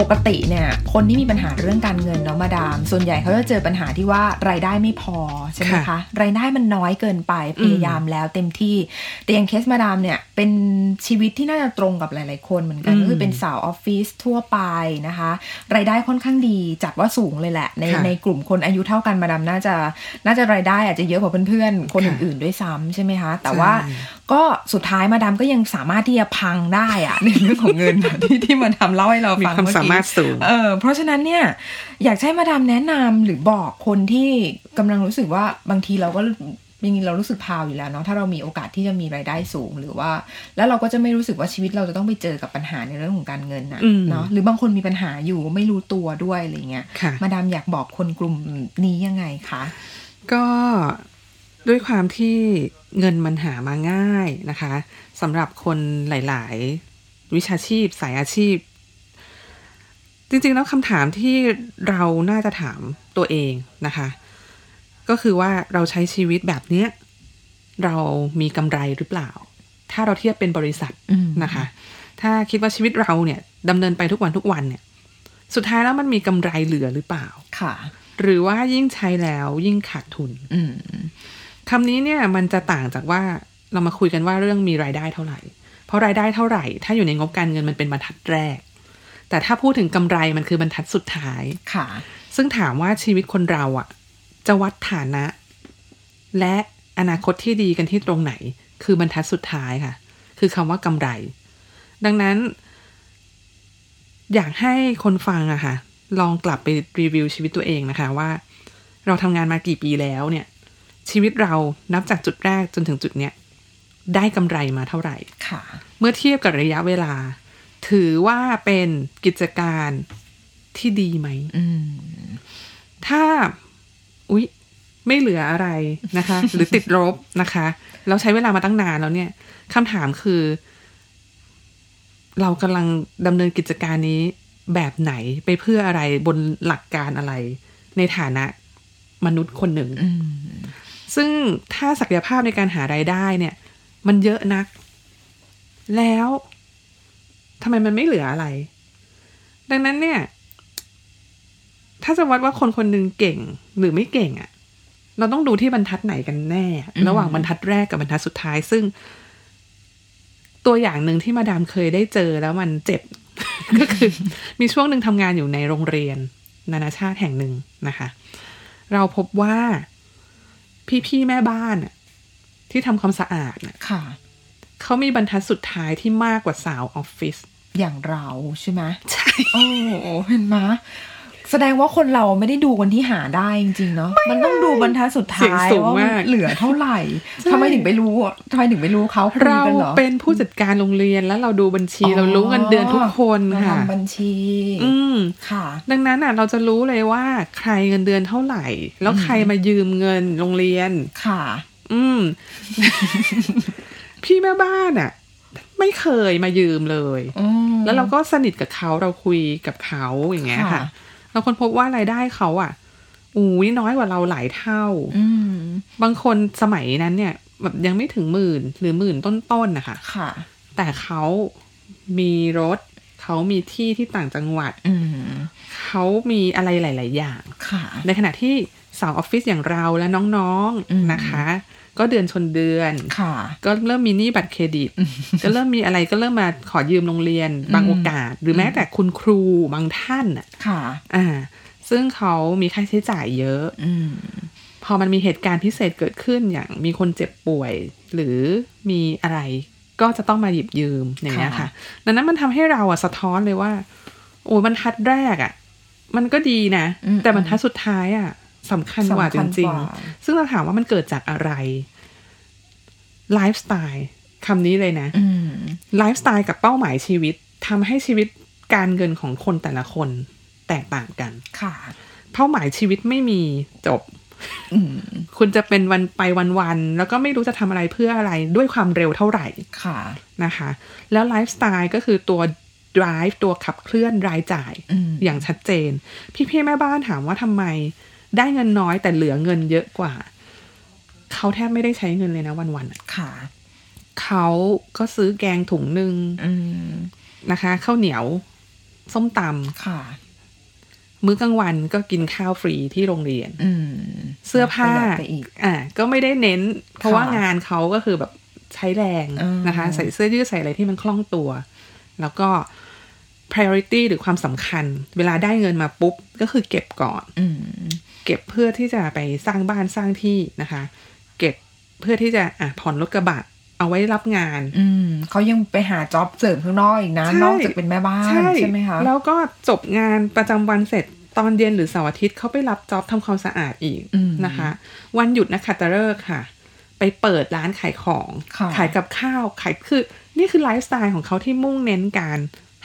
ปกติเนี่ยคนที่มีปัญหาเรื่องการเงินเนาะมาดาม ส่วนใหญ่เขาจะเจอปัญหาที่ว่ารายได้ไม่พอใช่ไหมคะ ค่ะ รายได้มันน้อยเกินไปพยายามแล้วเต็มที่ แต่อย่างเคสมาดามเนี่ยเป็นชีวิตที่น่าจะตรงกับหลาย ๆ คนเหมือนกัน อืม ก็คือเป็นสาวออฟฟิศทั่วไปนะคะ รายได้ค่อนข้างดีจัดว่าสูงเลยแหละ ใน ค่ะ ในกลุ่มคนอายุเท่ากันมาดามน่าจะน่าจะรายได้อาจจะเยอะกว่าเพื่อนๆคนอื่นๆด้วยซ้ำใช่ไหมคะ แต่ว่า ก็สุดท้ายมาดามก็ยังสามารถที่จะพังได้อะ ในเรื่องของเงิน ที่ที่มาดามเล่าให้เรา มี ฟัง ความ เอกี้ สามารถสูง เออเพราะฉะนั้นเนี่ยอยากจะให้มาดามแนะนำหรือบอกคนที่กำลังรู้สึกว่าบางทีเราก็ จริงๆเรารู้สึกพาวอยู่แล้วเนาะถ้าเรามีโอกาสที่จะมีรายได้สูงหรือว่า แล้วเราก็จะไม่รู้สึกว่าชีวิตเราจะต้องไปเจอกับปัญหาในเรื่องของการเงินนะ อืม เนาะหรือบางคนมีปัญหาอยู่ไม่รู้ตัวด้วยอะไรเงี้ย ค่ะ มาดามอยากบอกคนกลุ่มนี้ยังไงคะ ก็ด้วยความที่เงินมันหามาง่ายนะคะสำหรับคนหลาย ๆ วิชาชีพสายอาชีพ จริง ๆ แล้วคำถามที่เราน่าจะถามตัวเองนะคะ ก็คือว่าเราใช้ชีวิตแบบเนี้ยเรามีกำไรหรือเปล่า ถ้าเราเทียบเป็นบริษัท อืม นะคะ ถ้าคิดว่าชีวิตเราเนี่ยดำเนินไปทุกวันทุกวันเนี่ย สุดท้ายแล้วมันมีกำไรเหลือหรือเปล่า ค่ะ หรือว่ายิ่งใช้แล้วยิ่งขาดทุน อืม คำนี้เนี่ยมันจะต่างจากว่าเรามาคุยกันว่าเรื่องมีรายได้เท่าไหร่ เพราะรายได้เท่าไหร่ ถ้าอยู่ในงบการเงินมันเป็นบรรทัดแรก แต่ถ้าพูดถึงกำไรมันคือบรรทัดสุดท้าย ค่ะ ซึ่งถามว่าชีวิตคนเราอะจะวัดฐานะ และอนาคตที่ดีกันที่ตรงไหน คือบรรทัดสุดท้ายค่ะ คือคำว่ากำไร ดังนั้น อยากให้คนฟังอะค่ะ ลองกลับไปรีวิวชีวิตตัวเองนะคะว่า เราทำงานมากี่ปีแล้วเนี่ย ชีวิตเรานับจากจุดแรกจนถึงจุดเนี้ยได้กำไรมาเท่าไหร่ ค่ะ เมื่อเทียบกับระยะเวลา ถือว่าเป็นกิจการที่ดีไหม อืม ถ้า อุ๊ย ไม่เหลืออะไรนะคะ หรือติดลบนะคะ เราใช้เวลามาตั้งนานแล้วเนี่ยคำถามคือ เรากำลังดำเนินกิจการนี้แบบไหนไปเพื่ออะไรบนหลักการอะไร ในฐานะมนุษย์คนหนึ่ง อืม ซึ่งถ้าศักยภาพในการหารายได้เนี่ย มันเยอะนัก แล้วทำไมมันไม่เหลืออะไร ดังนั้นเนี่ย ถ้าจะวัดว่าคนคนหนึ่งเก่งหรือไม่เก่งอะเราต้องดูที่บรรทัดไหนกันแน่ อืม ระหว่างบรรทัดแรกกับบรรทัดสุดท้าย ซึ่ง ตัวอย่างหนึ่งที่มาดามเคยได้เจอแล้วมันเจ็บ ก็คือ มีช่วงหนึ่งทำงานอยู่ในโรงเรียน นานาชาติแห่งหนึ่งนะคะ เราพบว่า พี่ๆแม่บ้านน่ะที่ทำความสะอาดน่ะ ค่ะ เขามีบรรทัดสุดท้ายที่มากกว่าสาวออฟฟิศ อย่างเราใช่ไหม ใช่ โอ้โหเห็นไหมแสดงว่าคนเราไม่ได้ดูคนที่หาได้จริงๆเนาะ มันต้องดูบรรทัดสุดท้ายว่ามันเหลือเท่าไหร่ทำไมถึงไปรู้อะทำไมถึงไปรู้เขาคุย เรา กันเหรอ เป็นผู้จัดการโรงเรียนแล้วเราดูบัญชี อ๋อ เรารู้เงินเดือนทุกคน เรา ค่ะ ทำบัญชี อืม ค่ะ ดังนั้นอ่ะ เราจะรู้เลยว่าใครเงินเดือนเท่าไหร่ แล้วใครมายืมเงินโรงเรียน ค่ะ อืม พี่แม่บ้านอ่ะ ไม่เคยมายืมเลย อืม แล้วเราก็สนิทกับเขาเราคุยกับเขาอย่างเงี้ยค่ะ ค่ะ เราคนพบว่ารายได้เขาอ่ะอุ้ยน้อยกว่าเราหลายเท่า อืม บางคนสมัยนั้นเนี่ย แบบยังไม่ถึงหมื่นหรือหมื่นต้นๆนะคะ ค่ะ แต่เขามีรถ เขามีที่ที่ต่างจังหวัด อืม เขามีอะไรหลาย ๆ อย่าง ค่ะ ในขณะที่สาวออฟฟิศอย่างเราและน้อง อืม ๆนะคะ ก็เดือนชนเดือน ค่ะ ก็เริ่มมีหนี้บัตรเคร ดิต ก็เริ่มมีอะไรก็เริ่มมาขอยืมโรงเรียน บางโอกาส หรือแม้แต่คุณครูบางท่านอ่ะ ค่ะ อ่า ซึ่งเขามีค่าใช้จ่ายเยอะ อืม พอมันมีเหตุการณ์พิเศษเกิดขึ้นอย่างมีคนเจ็บป่วย หรือมีอะไรก็จะต้องมาหยิบยืมอย่างเงี้ยค่ะ ค่ะ ดังนั้นมันทำให้เราอะสะท้อนเลยว่า โอ้ยบรรทัดแรกอะมันก็ดีนะ อืม แต่บรรทัดสุดท้ายอะสำคัญกว่าจ สำคัญ ริง กว่า ๆ ซึ่งเราถามว่ามันเกิดจากอะไรไลฟ์สไตล์คำนี้เลยนะ อืม ไลฟ์สไตล์กับเป้าหมายชีวิตทำให้ชีวิตการเงินของคนแต่ละคนแตกต่างกัน ค่ะ เป้าหมายชีวิตไม่มีจบ อืม คุณจะเป็นวันไปวันๆ แล้วก็ไม่รู้จะทำอะไรเพื่ออะไรด้วยความเร็วเท่าไหร่ ค่ะ นะคะ แล้วไลฟ์สไตล์ก็คือตัว drive ตัวขับเคลื่อนรายจ่าย อืม อย่างชัดเจน พี่ๆแม่บ้านถามว่าทำไม ได้เงินน้อยแต่เหลือเงินเยอะกว่า เขาแทบไม่ได้ใช้เงินเลยนะวันๆอะ ค่ะ เขาก็ซื้อแกงถุงหนึ่ง อืม นะคะข้าวเหนียว ส้มต ค่ะ ำมื้อกลางวันก็กินข้าวฟรีที่โรงเรียน อืม เสื้อผ้า ประหยัดไปอีก อ่า ก็ไม่ได้เน้น เพราะ ค่ะ ว่างานเขาก็คือแบบใช้แรง อืม นะคะ ใส่เสื้อยืดใส่อะไรที่มันคล่องตัว แล้วก็ priority หรือความสำคัญ เวลาได้เงินมาปุ๊บ ก็คือเก็บก่อน อืม เก็บเพื่อที่จะไปสร้างบ้านสร้างที่นะคะ เก็บเพื่อที่จะอ่ะผ่อนรถกระบะ เอาไว้รับงาน อืม เขายังไปหาจ็อบเสริมข้างนอกอีกนะ ใช่ นอกจากเป็นแม่บ้านใช่ไหมคะ แล้วก็จบงานประจำวันเสร็จตอนเย็นหรือเสาร์อาทิตย์เขาไปรับจ็อบทำความสะอาดอีก อืม นะคะ วันหยุดนักขัตฤกษ์ค่ะ ไปเปิดร้านขายของ ค่ะ ขายกับข้าวขายคือ นี่คือไลฟ์สไตล์ของเขาที่มุ่งเน้นการ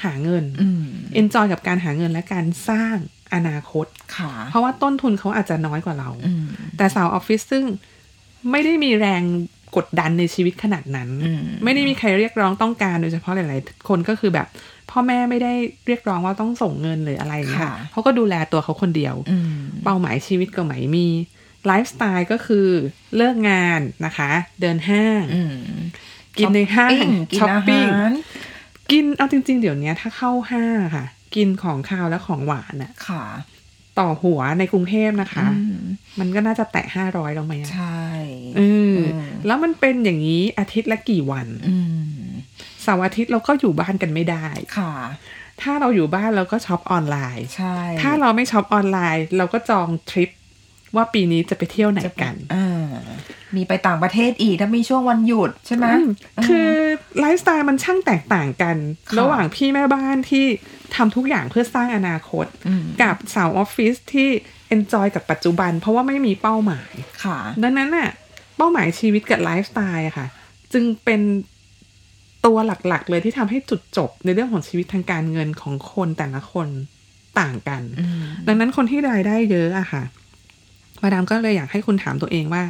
หาเงิน อืม เอนจอยกับการหาเงินและการสร้างอนาคต ค่ะ เพราะว่าต้นทุนเขาอาจจะน้อยกว่าเรา อืม แต่สาวออฟฟิศซึ่งไม่ได้มีแรงกดดันในชีวิตขนาดนั้น อืม ไม่ได้มีใครเรียกร้องต้องการโดยเฉพาะหลาย ๆ คนก็คือแบบ พ่อแม่ไม่ได้เรียกร้องว่าต้องส่งเงินหรืออะไรอย่างเงี้ย ค่ะ เขาก็ดูแลตัวเขาคนเดียว อืม เป้าหมายชีวิตก็ไม่มีไลฟ์สไตล์ก็คือเลิกงานนะคะ เดินห้าง อืม กินในห้าง ปิ้กิน ช้อป อา ปิ้ง หาร กินเอาจริง ๆ เดี๋ยวเนี้ยถ้าเข้าห้างอะค่ะ กินของคาวและของหวานอะ ค่ะ ต่อหัวในกรุงเทพนะคะ อืม มันก็น่าจะแตะห้าร้อยแล้วไหมอะ ใช่ เออ เออ แล้วมันเป็นอย่างนี้อาทิตย์ละกี่วัน อืม เสาร์อาทิตย์เราก็อยู่บ้านกันไม่ได้ ค่ะ ถ้าเราอยู่บ้านเราก็ช็อปออนไลน์ ใช่ ถ้าเราไม่ช็อปออนไลน์ เราก็จองทริปว่าปีนี้จะไปเที่ยวไหน จะ กัน อ่ามีไปต่างประเทศอีกถ้ามีช่วงวันหยุดใช่ไหม อืมคือไลฟ์สไตล์มันช่างแตกต่างกัน ค่ะ ระหว่างพี่แม่บ้านที่ทำทุกอย่างเพื่อสร้างอนาคต ม กับสาวออฟฟิศที่เอนจอยกับปัจจุบัน เพราะว่าไม่มีเป้าหมาย ค่ะ ดังนั้นน่ะเป้าหมายชีวิตกับไลฟ์สไตล์อะค่ะ จึงเป็นตัวหลักๆ เลยที่ทำให้จุดจบในเรื่องของชีวิตทางการเงินของคนแต่ละคนต่างกัน อืม ดังนั้นคนที่รายได้เยอะอะค่ะ มาดามก็เลยอยากให้คุณถามตัวเองว่า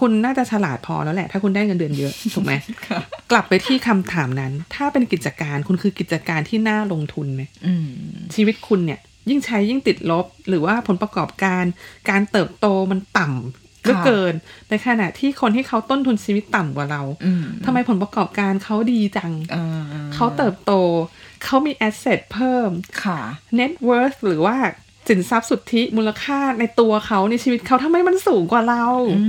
คุณน่าจะฉลาดพอแล้วแหละ ถ้าคุณได้เงินเดือนเยอะ ถูกไหม ค่ะ กลับไปที่คำถามนั้น ถ้าเป็นกิจการคุณคือกิจการที่น่าลงทุนไหม อืม ชีวิตคุณเนี่ย ยิ่งใช้ยิ่งติดลบ หรือว่าผลประกอบการการเติบโตมันต่ำเหลือเกิน ในขณะที่คนที่เขาต้นทุนชีวิตต่ำกว่าเรา อืม ทำไมผลประกอบการเขาดีจัง อ่ เขาเติบโต เขามีแอสเซทเพิ่ม ค่ะ net worth หรือว่าสินทรัพย์สุทธิมูลค่าในตัวเขาในชีวิตเขาทำไมมันสูงกว่าเรา อื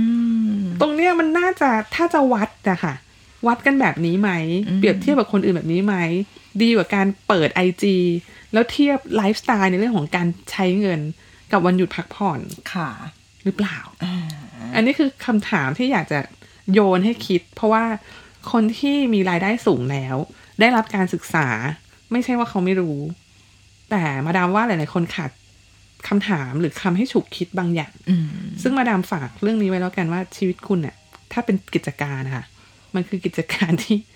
ม ตรงเนี้ยมันน่าจะถ้าจะวัดนะคะวัดกันแบบนี้ไหม อืม เปรียบเทียบกับคนอื่นแบบนี้ไหม ดีกว่าการเปิด IG แล้วเทียบไลฟ์สไตล์ในเรื่องของการใช้เงินกับวันหยุดพักผ่อน ค่ะ หรือเปล่า อ่า อันนี้คือคำถามที่อยากจะโยนให้คิด เพราะว่าคนที่มีรายได้สูงแล้ว ได้รับการศึกษา ไม่ใช่ว่าเขาไม่รู้ แต่มาดามว่าหลาย ๆ คนขาดคำถามหรือคำให้ฉุกคิดบางอย่าง อืม ซึ่งมาดามฝากเรื่องนี้ไว้แล้วกันว่าชีวิตคุณเนี่ยถ้าเป็นกิจการนะคะมันคือกิจการที่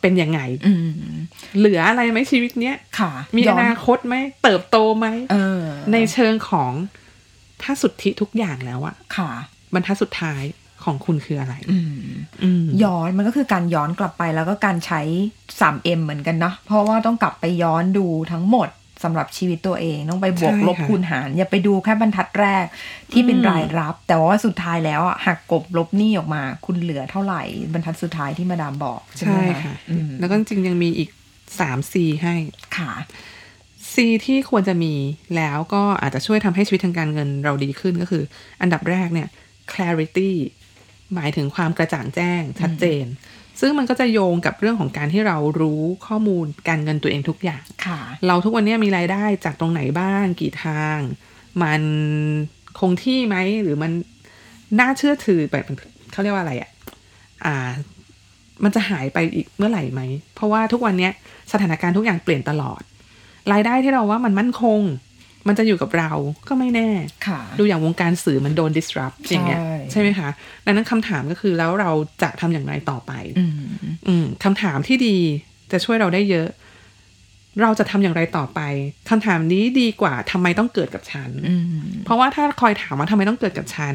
เป็นยังไง อืม เหลืออะไรไหมชีวิตเนี้ย ค่ะ มี ย อนาคตไหมเติบโตไหม เออ ในเชิงของถ้าสุทธิทุกอย่างแล้วอะ ค่ะ บรรทัดสุดท้ายของคุณคืออะไร อืม อืม ย้อนมันก็คือการย้อนกลับไปแล้วก็การใช้ 3M เหมือนกันนะ เพราะว่าต้องกลับไปย้อนดูทั้งหมดสำหรับชีวิตตัวเองต้องไปบวก ใช่ ลบ ค่ะ คูณหาร อย่าไปดูแค่บรรทัดแรกที่เป็น อืม รายรับ แต่ว่าสุดท้ายแล้วอะหักกบลบหนี้ออกมา คุณเหลือเท่าไหร่ บรรทัดสุดท้ายที่มาดามบอกใช่ไหม ใช่ คะ ค่ะ อืม แล้วก็จริงๆยังมีอีกสามซีให้ ค่ะ ซีที่ควรจะมีแล้วก็อาจจะช่วยทำให้ชีวิตทางการเงินเราดีขึ้นก็คือ อันดับแรกเนี่ย clarity หมายถึงความกระจ่างแจ้งชัดเจน ซึ่งมันก็จะโยงกับเรื่องของการที่เรารู้ข้อมูลการเงินตัวเองทุกอย่าง ค่ะ เราทุกวันเนี้ยมีรายได้จากตรงไหนบ้างกี่ทาง มันคงที่ไหมหรือมันน่าเชื่อถือแบบเขาเรียกว่าอะไรอ่ะอ่า มันจะหายไปอีกเมื่อไหร่ไหม เพราะว่าทุกวันเนี้ยสถานการณ์ทุกอย่างเปลี่ยนตลอด รายได้ที่เราว่ามันมั่นคง มันจะอยู่กับเราก็ไม่แน่ ค่ะ ดูอย่างวงการสื่อมันโดน disrupt อย่างเงี้ย ใช่ ใช่ไหมคะดังนั้นคำถามก็คือแล้วเราจะทำอย่างไรต่อไป อืม อืมคำถามที่ดีจะช่วยเราได้เยอะ เราจะทำอย่างไรต่อไปคำถามนี้ดีกว่าทำไมต้องเกิดกับฉัน อืม เพราะว่าถ้าคอยถามว่าทำไมต้องเกิดกับฉัน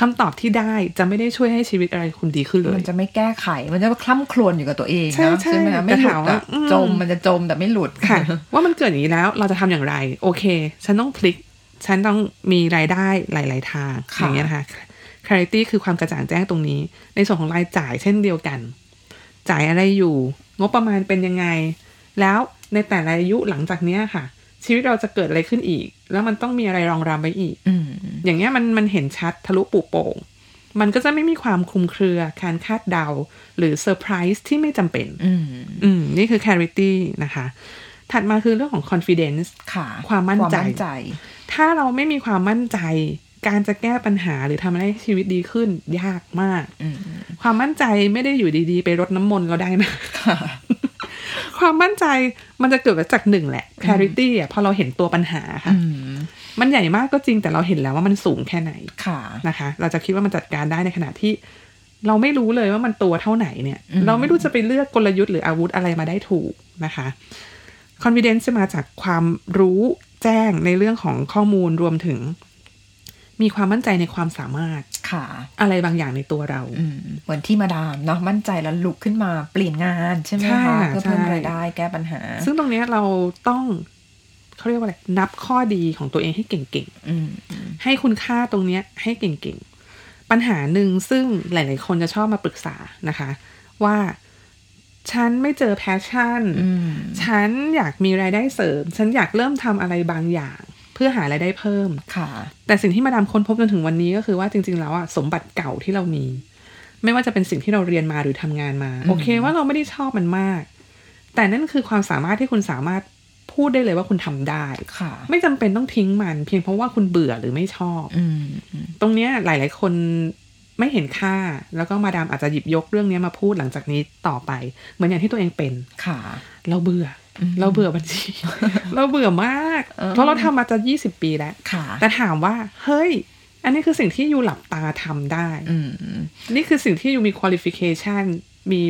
คำตอบที่ได้จะไม่ได้ช่วยให้ชีวิตอะไรคุณดีขึ้นเล มั ย นจะไม่แก้ไข มันจะคล่ำครวญอยู่กับตัวเอง ใช่ นะ ใช่ ไหมคะไม่หลุด แต่ถามว่า อะ อืม จมมันจะจมแต่ไม่หลุด ค่ะ ว่ามันเกิดอย่างนี้แล้วเราจะทำอย่างไร โอเค ฉันต้องพลิก ฉันต้องมีรายได้หลาย ๆ ทาง ค่ะ อย่างเงี้ยนะคะ clarity คือความกระจ่างแจ้งตรงนี้ ในส่วนของรายจ่ายเช่นเดียวกัน จ่ายอะไรอยู่ งบประมาณเป็นยังไง แล้วในแต่ละอายุหลังจากเนี้ยค่ะ ชีวิตเราจะเกิดอะไรขึ้นอีก แล้วมันต้องมีอะไรรองรับไว้อีก อืม อย่างเงี้ยมันมันเห็นชัดทะลุปูโป่งมันก็จะไม่มีความคลุมเครือ การคาดเดา หรือเซอร์ไพรส์ที่ไม่จำเป็น อืม อืม นี่คือ clarity นะคะ ถัดมาคือเรื่องของ confidence ค่ะ ความมั่นใจ ใจ ถ้าเราไม่มีความมั่นใจ การจะแก้ปัญหาหรือทำให้ชีวิตดีขึ้นยากมาก อืม ความมั่นใจไม่ได้อยู่ดีๆ ไปรดน้ำมนต์เราได้นะ ความมั่นใจมันจะเกิดมาจากหนึ่งแหละ clarity อ่ะพอเราเห็นตัวปัญหาค่ะ อืม มันใหญ่มากก็จริงแต่เราเห็นแล้วว่ามันสูงแค่ไหน ค่ะ นะคะ เราจะคิดว่ามันจัดการได้ในขณะที่ เราไม่รู้เลยว่ามันตัวเท่าไหนเนี่ย อืม เราไม่รู้จะไปเลือกกลยุทธ์หรืออาวุธอะไรมาได้ถูกนะคะ confidence จะมาจากความรู้แจ้งในเรื่องของข้อมูลรวมถึง มีความมั่นใจในความสามารถ ค่ะ อะไรบางอย่างในตัวเรา อืมเหมือนที่มาดามเนาะมั่นใจแล้วลุกขึ้นมาเปลี่ยนงานใช่ไหม ใช่ คะ ค่ะ เพื่อเพิ่ม ใช่ รายได้แก้ปัญหา ซึ่งตรงเนี้ยเราต้องเขาเรียกว่าอะไรนับข้อดีของตัวเองให้เก่ง อืมอืม ๆ ให้คุณค่าตรงเนี้ยให้เก่งๆ ปัญหาหนึ่งซึ่งหลายๆ คนจะชอบมาปรึกษานะคะ ว่าฉันไม่เจอแพชชั่น อืม ฉันอยากมีรายได้เสริม ฉันอยากเริ่มทำอะไรบางอย่าง เพื่อหารายได้เพิ่ม ค่ะ แต่สิ่งที่มาดามค้นพบจนถึงวันนี้ก็คือว่าจริง ๆ แล้วอะสมบัติเก่าที่เรามี ไม่ว่าจะเป็นสิ่งที่เราเรียนมาหรือทำงานมา อืม โอเคว่าเราไม่ได้ชอบมันมาก แต่นั่นคือความสามารถที่คุณสามารถพูดได้เลยว่าคุณทำได้ ค่ะ ไม่จำเป็นต้องทิ้งมัน เพียงเพราะว่าคุณเบื่อหรือไม่ชอบ อืมอืม ตรงเนี้ยหลาย ๆ คนไม่เห็นค่า แล้วก็มาดามอาจจะหยิบยกเรื่องเนี้ยมาพูดหลังจากนี้ต่อไป เหมือนอย่างที่ตัวเองเป็น ค่ะ เราเบื่ออ ม เราเบื่อบัญชี เราเบื่อมาก เออ เพราะเราทำมาจะยี่สิบปีแล้ว ค่ะ แต่ถามว่า เฮ้ย อันนี้คือสิ่งที่ยูหลับตาทำได้ อืมอืม นี่คือสิ่งที่ยูมีคุณลิฟิเคชันมี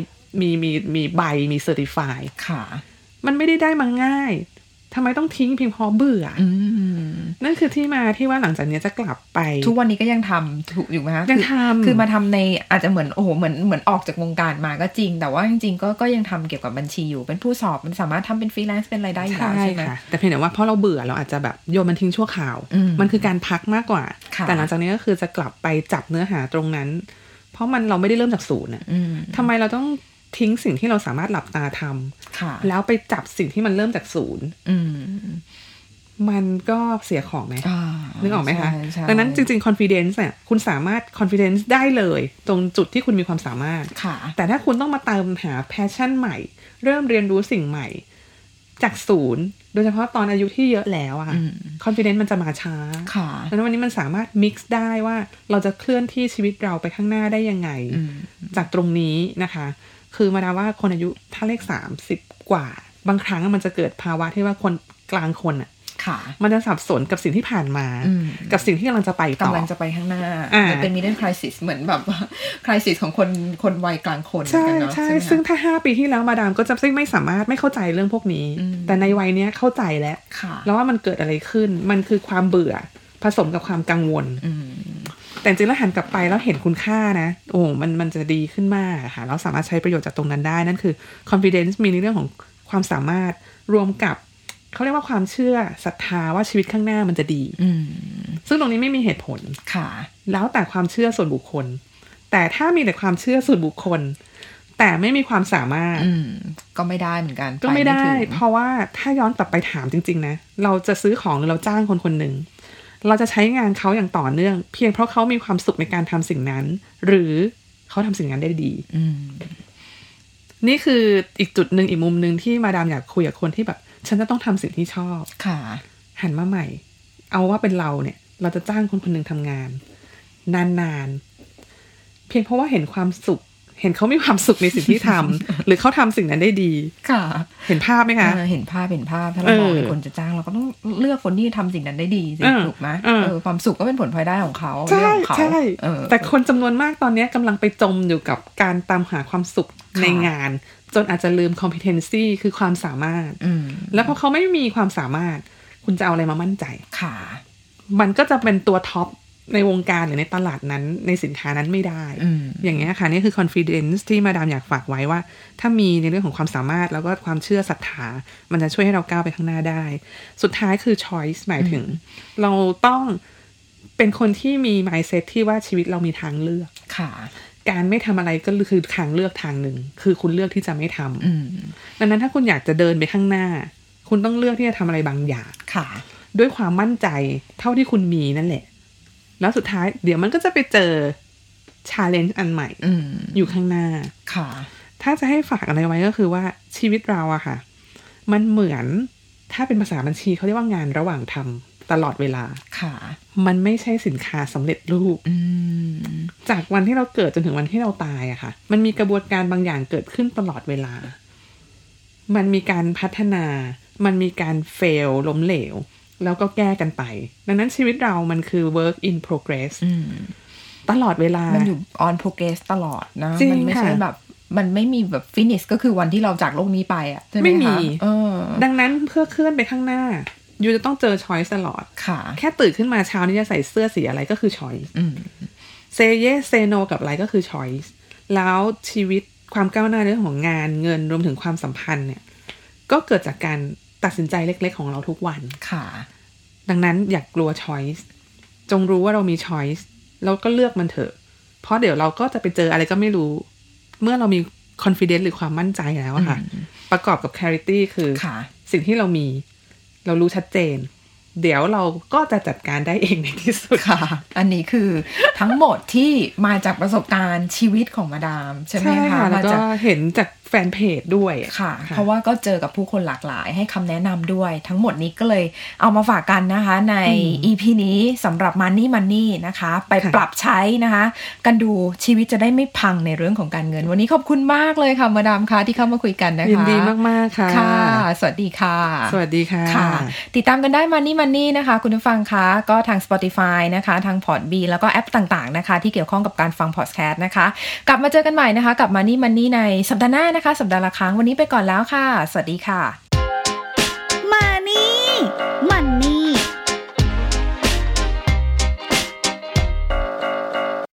มีมีมีใบมีเซอร์ติฟาย ค่ะ มันไม่ได้ได้มาง่ายทำไมต้องทิ้งเพียงเพอเบื่ออ อืม นั่นคือที่มาที่ว่าหลังจากเนี้ยจะกลับไป ทุกวันนี้ก็ยังทำถูกอยู่ไหมคะ ยัง คือ ทำ คือมาทำในอาจจะเหมือนโอ้โหเหมือนเหมือนออกจากวงการมาก็จริง แต่ว่าจริงๆก็ก็ยังทำเกี่ยวกับบัญชีอยู่เป็นผู้สอบมันสามารถทำเป็นฟรีแลนซ์เป็นรายได้อยู่แล้วใช่ไหม ค่ะ แต่เพียงแต่ว่าเพราะเราเบื่อเราอาจจะแบบโยนมันทิ้งชั่วคราว อืม มันคือการพักมากกว่า ค่ะ แต่หลังจากนี้ก็คือจะกลับไปจับเนื้อหาตรงนั้น เพราะมันเราไม่ได้เริ่มจากศูนย์อะ อืม ทำไมเราต้องทิ้งสิ่งที่เราสามารถหลับตาทำ ค่ะ แล้วไปจับสิ่งที่มันเริ่มจากศูนย์ อืม มันก็เสียของไหม อ่า นึกออกไหมคะ ใช่ใช่ ดังนั้นจริงๆ confidence เนี่ยคุณสามารถ confidence ได้เลย ตรงจุดที่คุณมีความสามารถ ค่ะ แต่ถ้าคุณต้องมาเติมหาแพชชั่นใหม่ เริ่มเรียนรู้สิ่งใหม่ จากศูนย์ โดยเฉพาะตอนอายุที่เยอะแล้วอะ อืม คอนฟิเดนซ์มันจะมาช้า ค่ะ ดังนั้นวันนี้มันสามารถมิกซ์ได้ว่าเราจะเคลื่อนที่ชีวิตเราไปข้างหน้าได้ยังไง อืม จากตรงนี้นะคะ คือมาดามว่าคนอายุถ้าเลขสามสิบกว่า บางครั้งมันจะเกิดภาวะที่ว่าคนกลางคนอะ ค่ะ มันจะสับสนกับสิ่งที่ผ่านมา อืม กับสิ่งที่กำลังจะไปต่อ กำลังจะไปข้างหน้า อ่า เหมือนเป็น middle crisis เหมือนแบบ ว่า crisis ของคนคนวัยกลางคนเหมือ ใช่ นกันเนาะ ใช่ ไหมคะ ซึ่งถ้าห้าปีที่แล้วมาดามก็จะซึ่งไม่สามารถไม่เข้าใจเรื่องพวกนี้ อืม แต่ในวัยเนี้ยเข้าใจแล้ว ค่ะ แล้วว่ามันเกิดอะไรขึ้น มันคือความเบื่อผสมกับความกังวล อืม แต่จริงๆแล้วหันกลับไปแล้วเห็นคุณค่านะ โอ้ มันมันจะดีขึ้นมากอะค่ะ เราสามารถใช้ประโยชน์จากตรงนั้นได้ นั่นคือ confidence มีในเรื่องของความสามารถรวมกับเขาเรียกว่าความเชื่อศรัทธาว่าชีวิตข้างหน้ามันจะดี อืม ซึ่งตรงนี้ไม่มีเหตุผล ค่ะ แล้วแต่ความเชื่อส่วนบุคคล แต่ถ้ามีแต่ความเชื่อส่วนบุคคล แต่ไม่มีความสามารถ อืม ก็ไม่ได้เหมือนกัน ก็ไม่ได้ ปถึง เพราะว่าถ้าย้อนกลับไปถามจริง ๆ นะ เราจะซื้อของหรือเราจ้างคนคนหนึ่ง เราจะใช้งานเขาอย่างต่อเนื่อง เพียงเพราะเขามีความสุขในการทำสิ่งนั้น หรือเขาทำสิ่งนั้นได้ดี อืม นี่คืออีกจุดหนึ่งอีกมุมหนึ่งที่มาดามอยากคุยกับคนที่แบบ ฉันจะต้องทำสิ่งที่ชอบ ค่ะ หันมาใหม่ เอาว่าเป็นเราเนี่ย เราจะจ้างคนคนหนึ่งทำงาน นานๆ เพียงเพราะว่าเห็นความสุข เห็นเขามีความสุขในสิ่งที่ทำ หรือเขาทำสิ่งนั้นได้ดี ค่ะ เห็นภาพไหมคะ เออเห็นภาพเห็นภาพถ้าเรา เออ มองเป็นคนจะจ้างเราก็ต้องเลือกคนที่ทำสิ่งนั้นได้ดีสิ เออ ถูกไหม เออ เออความสุขก็เป็นผลพลอยได้ของเขาเรื่ ใช่ องของเขา ใช่ เออ แต่คนจำนวนมากตอนเนี้ยกำลังไปจมอยู่กับการตามหาความสุข ค่ะ ในงาน จนอาจจะลืม competency คือความสามารถ อืม แล้วพอเขาไม่มีความสามารถ คุณจะเอาอะไรมามั่นใจ ค่ะ มันก็จะเป็นตัวท็อปในวงการหรือในตลาดนั้นในสินค้านั้นไม่ได้ อืม อย่างเงี้ยค่ะ นี่คือ confidence ที่มาดามอยากฝากไว้ว่า ถ้ามีในเรื่องของความสามารถแล้วก็ความเชื่อศรัทธา มันจะช่วยให้เราก้าวไปข้างหน้าได้ สุดท้ายคือ choice หมายถึง เราต้องเป็นคนที่มี mindset ที่ว่าชีวิตเรามีทางเลือก ค่ะ การไม่ทำอะไรก็คือทางเลือกทางหนึ่ง คือคุณเลือกที่จะไม่ทำ อืม ดังนั้นถ้าคุณอยากจะเดินไปข้างหน้า คุณต้องเลือกที่จะทำอะไรบางอย่าง ค่ะ ด้วยความมั่นใจเท่าที่คุณมีนั่นแหละ แล้วสุดท้ายเดี๋ยวมันก็จะไปเจอ challenge อันใหม่ อืม อยู่ข้างหน้า ค่ะ ถ้าจะให้ฝากอะไรไว้ก็คือว่าชีวิตเราอะค่ะ มันเหมือนถ้าเป็นภาษาบัญชีเขาเรียกว่างานระหว่างทำตลอดเวลา ค่ะ มันไม่ใช่สินค้าสำเร็จรูป อืม จากวันที่เราเกิดจนถึงวันที่เราตายอะค่ะ มันมีกระบวนการบางอย่างเกิดขึ้นตลอดเวลา มันมีการพัฒนา มันมีการเฟลล้มเหลว แล้วก็แก้กันไป ดังนั้นชีวิตเรามันคือ work in progress อืม ตลอดเวลา มันอยู่ on progress ตลอดนะ จริง มัไม่ใช่ ค่ะ แบบ มันไม่มีแบบ finish ก็คือวันที่เราจากโลกนี้ไปอะใช่ไหมคะ ไม่มี เออ ดังนั้นเพื่อเคลื่อนไปข้างหน้า อยู่จะต้องเจอ choice ตลอด ค่ะ แค่ตื่นขึ้นมาเช้านี้จะใส่เสื้อสีอะไรก็คือ choice อืม say yes say no กับอะไรก็คือ choice แล้วชีวิตความก้าวหน้าในเรื่องของงานเงินรวมถึงความสัมพันธ์เนี่ย ก็เกิดจากการตัดสินใจเล็กๆ ของเราทุกวัน ค่ะ ดังนั้นอย่ากกลัว choice จงรู้ว่าเรามี choice แล้วก็เลือกมันเถอะ เพราะเดี๋ยวเราก็จะไปเจออะไรก็ไม่รู้ เมื่อเรามี confidence หรือความมั่นใจแล้วอะค่ะ ประกอบกับ clarity คือ ค่ะ สิ่งที่เรามี เรารู้ชัดเจน เดี๋ยวเราก็จะจัดการได้เองในที่สุด ค่ะ อันนี้คือทั้งหมดที่มาจากประสบการณ์ชีวิตของมาดามใช่ไหม ใช่ คะ ค่ะ แล้ว มา ก็ จาก เห็นจากแฟนเพจด้วย ค่ะ เพราะว่าก็เจอกับผู้คนหลากหลายให้คำแนะนำด้วย ทั้งหมดนี้ก็เลยเอามาฝากกันนะคะใน EP นี้สำหรับ Money Money นะคะ ไปปรับใช้นะคะ กันดูชีวิตจะได้ไม่พังในเรื่องของการเงิน วันนี้ขอบคุณมากเลยค่ะ มาดามคะที่เข้ามาคุยกันนะคะ ยินดีมาก ๆ ค่ะ ค่ะ สวัสดีค่ะ สวัสดีค่ะ ค่ะ ติดตามกันได้ Money Money นะคะ คุณผู้ฟังคะ ก็ทาง Spotify นะคะ ทาง p o d b แล้วก็แอปต่างๆนะคะ ที่เกี่ยวข้องกับการฟัง podcast นะคะ กลับมาเจอกันใหม่นะคะ กับ Money Money ในสัปดาห์หน้านะคะ สัปดาห์ละครั้งวันนี้ไปก่อนแล้วค่ะ สวัสดีค่ะ